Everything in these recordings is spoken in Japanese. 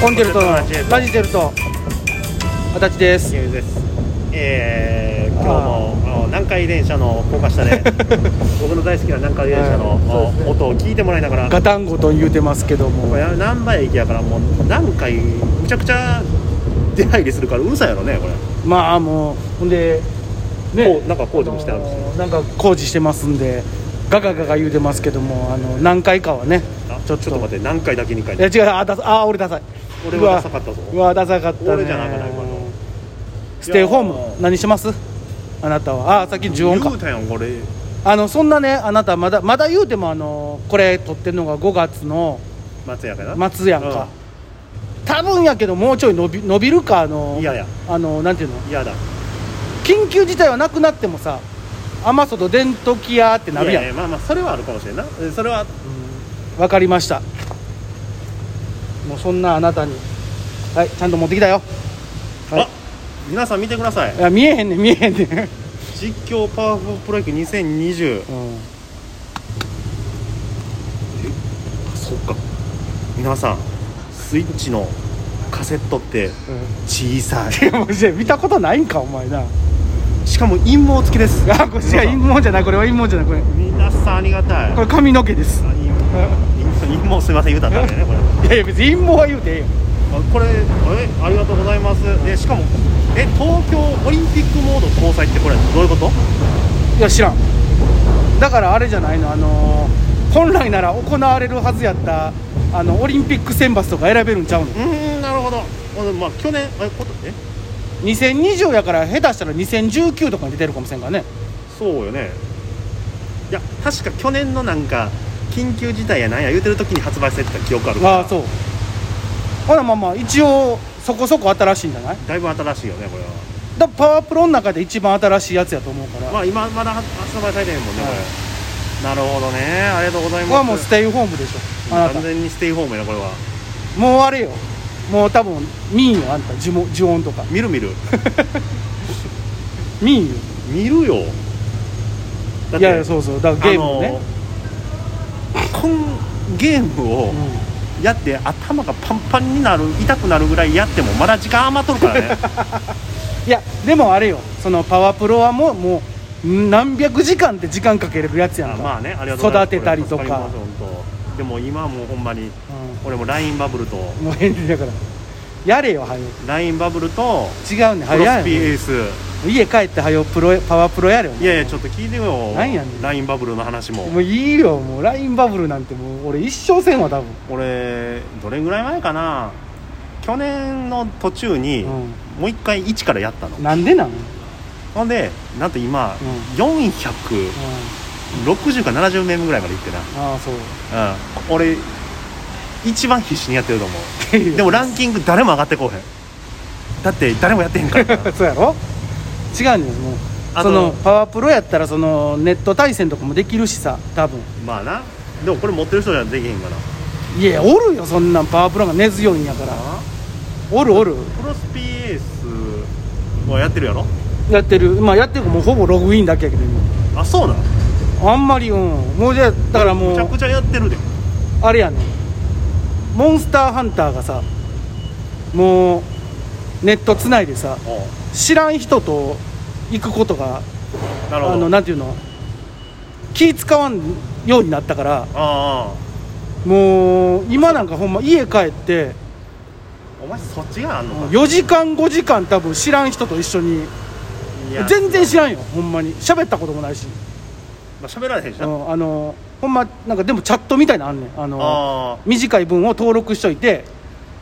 コンチェルトのコンチェルトラジチェルト足立ですゆうです。えー、今日もあの南海電車の高架 下で僕の大好きな南海電車の、はいそうですね音を聞いてもらいながら、ガタンゴトン言うてますけどもこれ南波駅やからもう南海むちゃくちゃ出入りするからうるさいやろねこれ。まあもうほんでこうなんか工事もしてあるんですよあのなんか工事してますんでガガガガ言うてますけどもあの何回かはねあちちょょっっとと待って南海だけ2回い。や違うあだあ俺ダサい俺はダサかったぞうわうわダサかったね俺じゃなかった今のステイホーいやム何しますあなたはあさっき言10音かうたやんこれ。あのそんなねあなたまだまだ言うてもあのこれ撮ってるのが5月の松屋かな。末やんか、多分やけどもうちょい伸び伸びるかあうのん。いやいやあのなんていうのいやだ。緊急事態はなくなってもさ雨外電ときやってなるやんいわ、いまあまあそれはあるかもしれんな。えそれはかりましたもうそんなあなたにはいちゃんと持ってきたよ、はいあ皆さん見てくださいい、。や見えへんねん見えへんねん、実況パワフルプロ野球2020。うんそっか皆さんスイッチのカセットって小さい いや もうじゃあ見たことないんかお前なしかも陰謀付きですあこれじゃ陰謀じゃないこれは陰謀じゃないこれ皆さんありがたいこれ髪の毛 ですあ陰謀陰謀すいません言うたったんだよねこれいやいや別に陰謀は言うてええよあこれえありがとうございますでしかもえ東京オリンピックモード搭載ってこれどういうこといや知らんだからあれじゃないのあのー本来なら行われるはずやったあのオリンピック選抜とか選べるんちゃうのうーんなるほどほんでまあ去年えことえ2020やから下手したら2019とかに出てるかもしれんからねそうよねいや確か去年のなんか緊急事態やなんや言うてる時に発売されてた記憶あるからああそうほなまあまあ一応そこそこ新しいんじゃないだいぶ新しいよねこれはだからパワープロの中で一番新しいやつやと思うから、まあ今まだ発売されてないもんね、これなるほどねありがとうございここはもまうすステイホームでしょあなた完全にステイホームやなこれはもうあれよもう多分見んよあんた呪文呪音とか見る見る見んよ見るよだっていやいやそうそうだからゲームもね、あのこんゲームをやって頭がパンパンになる痛くなるぐらいやってもまだ時間余っと るからねいやでもあれよそのパワプロはもうもう何百時間って時間かけれるやつやんあかまあねありがとうございます育てたりとかこれ助ります本当でも今はもうほんまに俺も LINE バブルとうん、もう変だからやれよはよ LINE バブルと違うねプはよロスやピれよエース家帰ってはよプロパワプロやれよいやいやちょっと聞いてよ何やねん LINE バブルの話ももういいよもう LINE バブルなんてもう俺一生せんわ多分俺どれぐらい前かな去年の途中に、うんもう一回一からやったのなんでなん、うん、ほんでなんと今、460か70名ぐらいまでいってああそうな、うん、俺一番必死にやってると思 うでもランキング誰も上がってこうへんだって誰もやってへん からなそうやろ違うねんもうあそとのパワプロやったらそのネット対戦とかもできるしさ多分まあなでもこれ持ってる人じゃできへんからいやおるよそんなんパワプロが根強いんやからおるおるプロスピエースはやってるやろやってるまあやってるもうほぼログインだけやけど今あそうなんあんまりうんもうじゃあだからもむちゃうくちゃやってるであれやねモンスターハンターがさもうネットつないでさおう知らん人と行くことがなるほどあのなんていうの気使わんようになったからああもう今なんかほんま家帰ってお前そっちがあんのか4時間5時間多分知らん人と一緒にいや全然知らんよほんまに喋ったこともないし、まあ、喋られへんしうな、あんあのほんまなんかでもチャットみたいなのあんねんあのあ短い文を登録しといて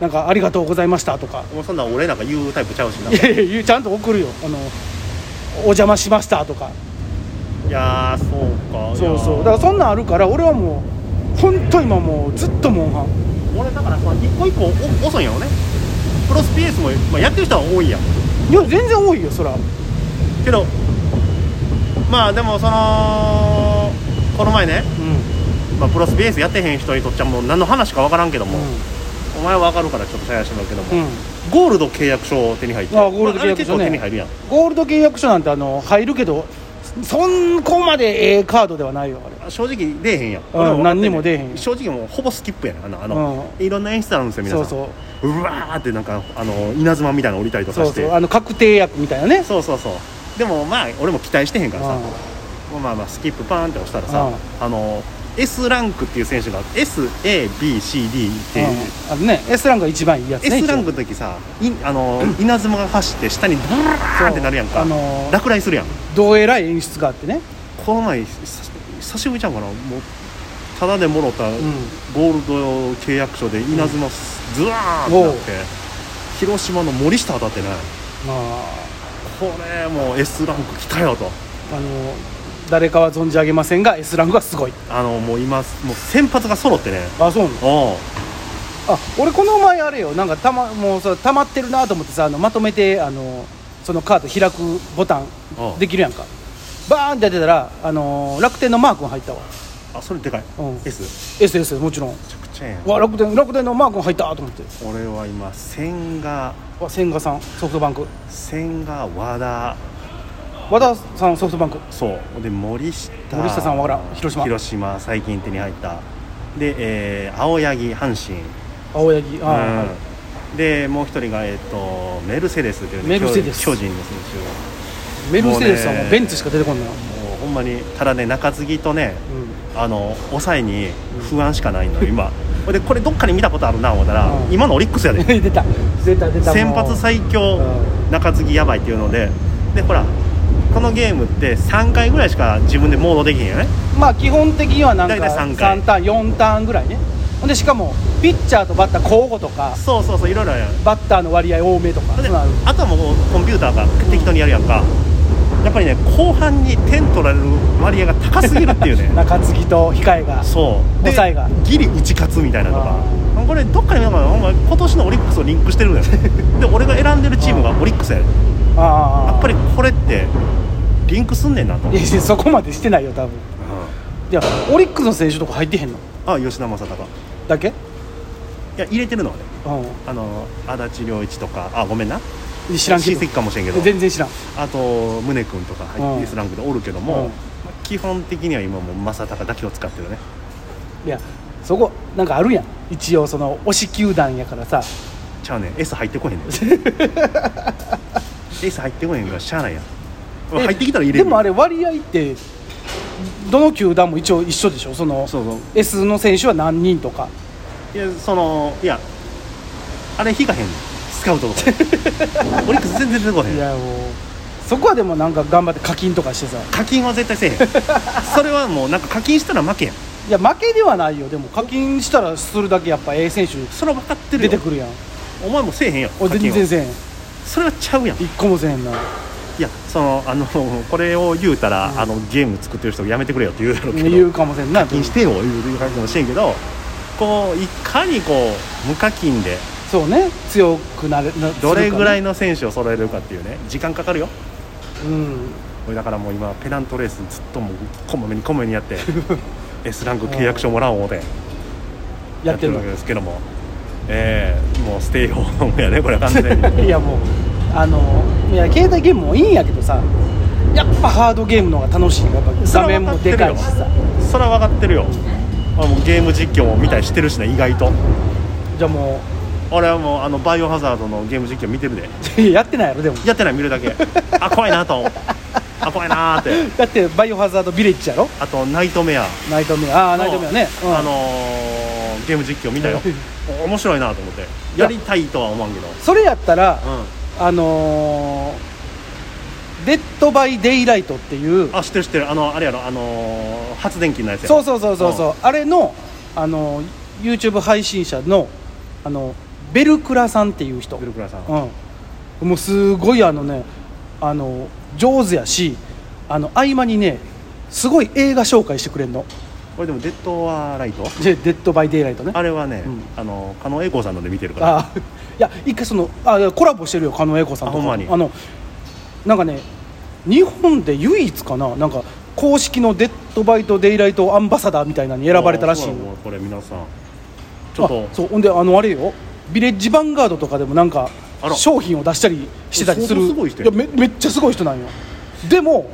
なんか「ありがとうございました」とかお前そんなん俺なんか言うタイプちゃうし「 ないや いや言うちゃんと送るよ」あの「お邪魔しました」とかいやーそうかそうそうだいかやらそんなんあるから俺はもう本当今もうずっとモンハンー俺だからさ一個一個お遅いんやろねプロスピエースも、まあ、やってる人は多いやんいや全然多いよそらけどまあでもそのこの前ね、うんまあ、プロスピエースやってへん人にとっちゃもう何の話かわからんけども、うお前はわかるからちょっとシェアしてもらうけども、ん、うん、ゴールド契約書を手に入ってあゴールド契約書ねまああれ結構手に入るやんゴールド契約書なんてあの入るけどそんこまでええカードではないよあれ正直出えへんやん、うん俺は分かって何にも出えへん正直もうほぼスキップやなあのあの、いろんな演出あるんですよ皆さそんうそううわーってなんかあの稲妻みたいなの降りたりとかそうしてそうあの確定役みたいなねそうそうそうでもまあ俺も期待してへんからさ、まあまあスキップパーンって押したらさ、うんあの S ランクっていう選手が SABCD ってうんいう、あのね S ランクが一番いいやつね S ランクの時さい あの稲妻が走って下にブラーってなるやんか、あのー落雷するやんどうえらい演出があってねこの前久し久しぶりちゃうかなもうただでもろたゴんールド契約書で稲妻ズワーってなって、広島の森下当たってねまあこれもう S ランク来たよとあの誰かは存じ上げませんが S ランクはすごいあのもう今もう先発が揃ってねあそうなのおうあ俺この前あれよなんかたまもうさ溜まってるなと思ってさあのまとめてあのそのカード開くボタンおうできるやんかバーンってやってたら、あの楽天のマー君入ったわあそれでかい、うん S SS もちろんめちゃくちゃやんうわ楽天楽天のマー君入ったと思って俺は今千賀うわ千賀さんソフトバンク千賀和田和田さんソフトバンクそうで森下森下さんわからん広島広島最近手に入ったで、えー青柳阪神青柳あー、はいうんでもう一人が、えっとメルセデスという、ね、メルセデス巨巨人の選メルセデスはももううねベンツしか出てこんのよ、手をもうほんまにただね中継ぎとねうあの抑えに不安しかないのよ今ほんでこれどっかで見たことあるな思ったら、うん今のオリックスやでん、 出た出た出た先発最最強う中継ぎやばいっていうのででほらこのゲームって3回ぐらいしか自分でモードできへんよねまあ基本的にはなんか大体三3タ回ーン4ターンぐらいねほんでしかもピッチャーとバッター交互とかそうそうそういろいろやるバッターの割合多めとかでそうなるあとはもうコンピューターが適当にやるやんかやっぱりね後半に点取られる割合が高すぎるっていうね中継ぎと控えがそうで抑えがギリ打ち勝つみたいなとかあこれどっかになんかお前今年のオリックスをリンクしてる のよで俺が選んでるチームがオリックスやでああやっぱりこれってリンクすんねんなといやそこまでしてないよ多分いやオリックスの選手とか入ってへんのあ吉田正尚いだけや入れてるのはねうあの足立良一とかあごめんなん知らんけ親ど戚かもしれんけど全然知らんあと宗君とかうん S ランクでおるけどうも、んまあ基本的には今もう正尚だけを使ってるねいやそこなんかあるやん一応その推し球団やからさちゃうねん S 入って こへんねん S 入ってこへんからしゃあないやんえ入ってきたら入れでるもあれ割合ってどの球団も一応一緒でしょそのそうそう S の選手は何人とかいやそのいやあれ引かへんねんスカウ トとかでオリックス全然出てこへいんやもうそこはでもなんか頑張って課金とかしてさ課金は絶対せ えへんそれはもうなんか課金したら負けやんいや負けではないよでも課金したらするだけやっぱ A 選手それは分かってる出よてくるやんお前もせえへんやん俺課金全然はせえへんそれはちゃうやん一個もせえへんないやそのあのこれを言うたら、あのゲーム作ってる人やめてくれよって言うだろうけど言うかもせんな課金してよ言う感じかもしれんけどこういかにこう無課金でそうね強くなれなどれぐらいのの選手を揃えるかっていうね時間かかるようん俺だからもう今ペナントレースずっともうこまめにこまめにや って S ランク契約書もらおう思てやってるわのけですけどもええもうステイホームやねこれ完全に いやもうあのいや携帯ゲームもいいんやけどさやっぱハードゲームの方が楽しいよやっぱ画それは面もでかいしさそれは分かってるよあもうゲーム実況も見たりしてるしね意外とじゃあも俺はもうあのバイオハザードのゲーム実況見てるでう いややってないやろでもやってない見るだけあ怖いなとあ怖いなーってだってバイオハザードビレッジやろあとナイトメアナイトメアああーのナイトメアね、うん、あのーゲーム実況見たよお面白いなと思ってやりたいとは思わんけどそれやったらうあのーデッド・バイ・デイ・ライトっていうんあ知ってる知ってるあのあれやろあのー発電機のやつやそうそうそうそうそう、あれの、あのー YouTube 配信者の、あのベルクラさんっていう人ベルクラさんうん、もうすごいあのねあの上手やしあの合間にねすごい映画紹介してくれんのこれでもデッドはライト「でデッド・バイ・デイ・ライトね」あれはね、うんあの狩野英孝さんので見てるからあいや一回そのあコラボしてるよ狩野英孝さんとかあほんまにのなんかね日本で唯一かななんか公式のデッドバイトデイライトアンバサダーみたいなのに選ばれたらしいあそうなののこれ皆さんちょっとあそうほんであのあれよビレッジヴァンガードとかでもなんかあら商品を出したりしてたりする相当すごい人いややんめめっちゃすごい人なんよでも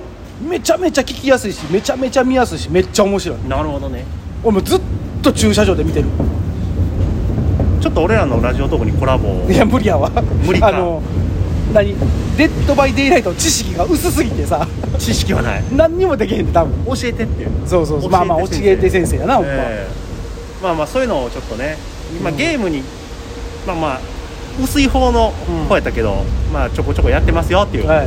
めちゃめちゃ聞きやすいしめちゃめちゃ見やすいしめっちゃ面白いなるほどね俺もうずっと駐車場で見てるちょっと俺らのラジオトークにコラボ をいや無理やわ無理かあの何デッド・バイ・デイライトの知識が薄すぎてさ知識はない何にもできへんで多分教えてっていうそうそうそうまあまあ教えて先生やなほんまええまあまあそういうのをちょっとね、まあ、うんゲームに、まあまあ薄い方のうん方やったけど、まあちょこちょこやってますよっていう、はい、はい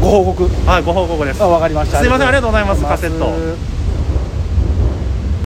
ご報告ご報告ですあわかりましたすいませんありがとうございますありがとうございますカセッ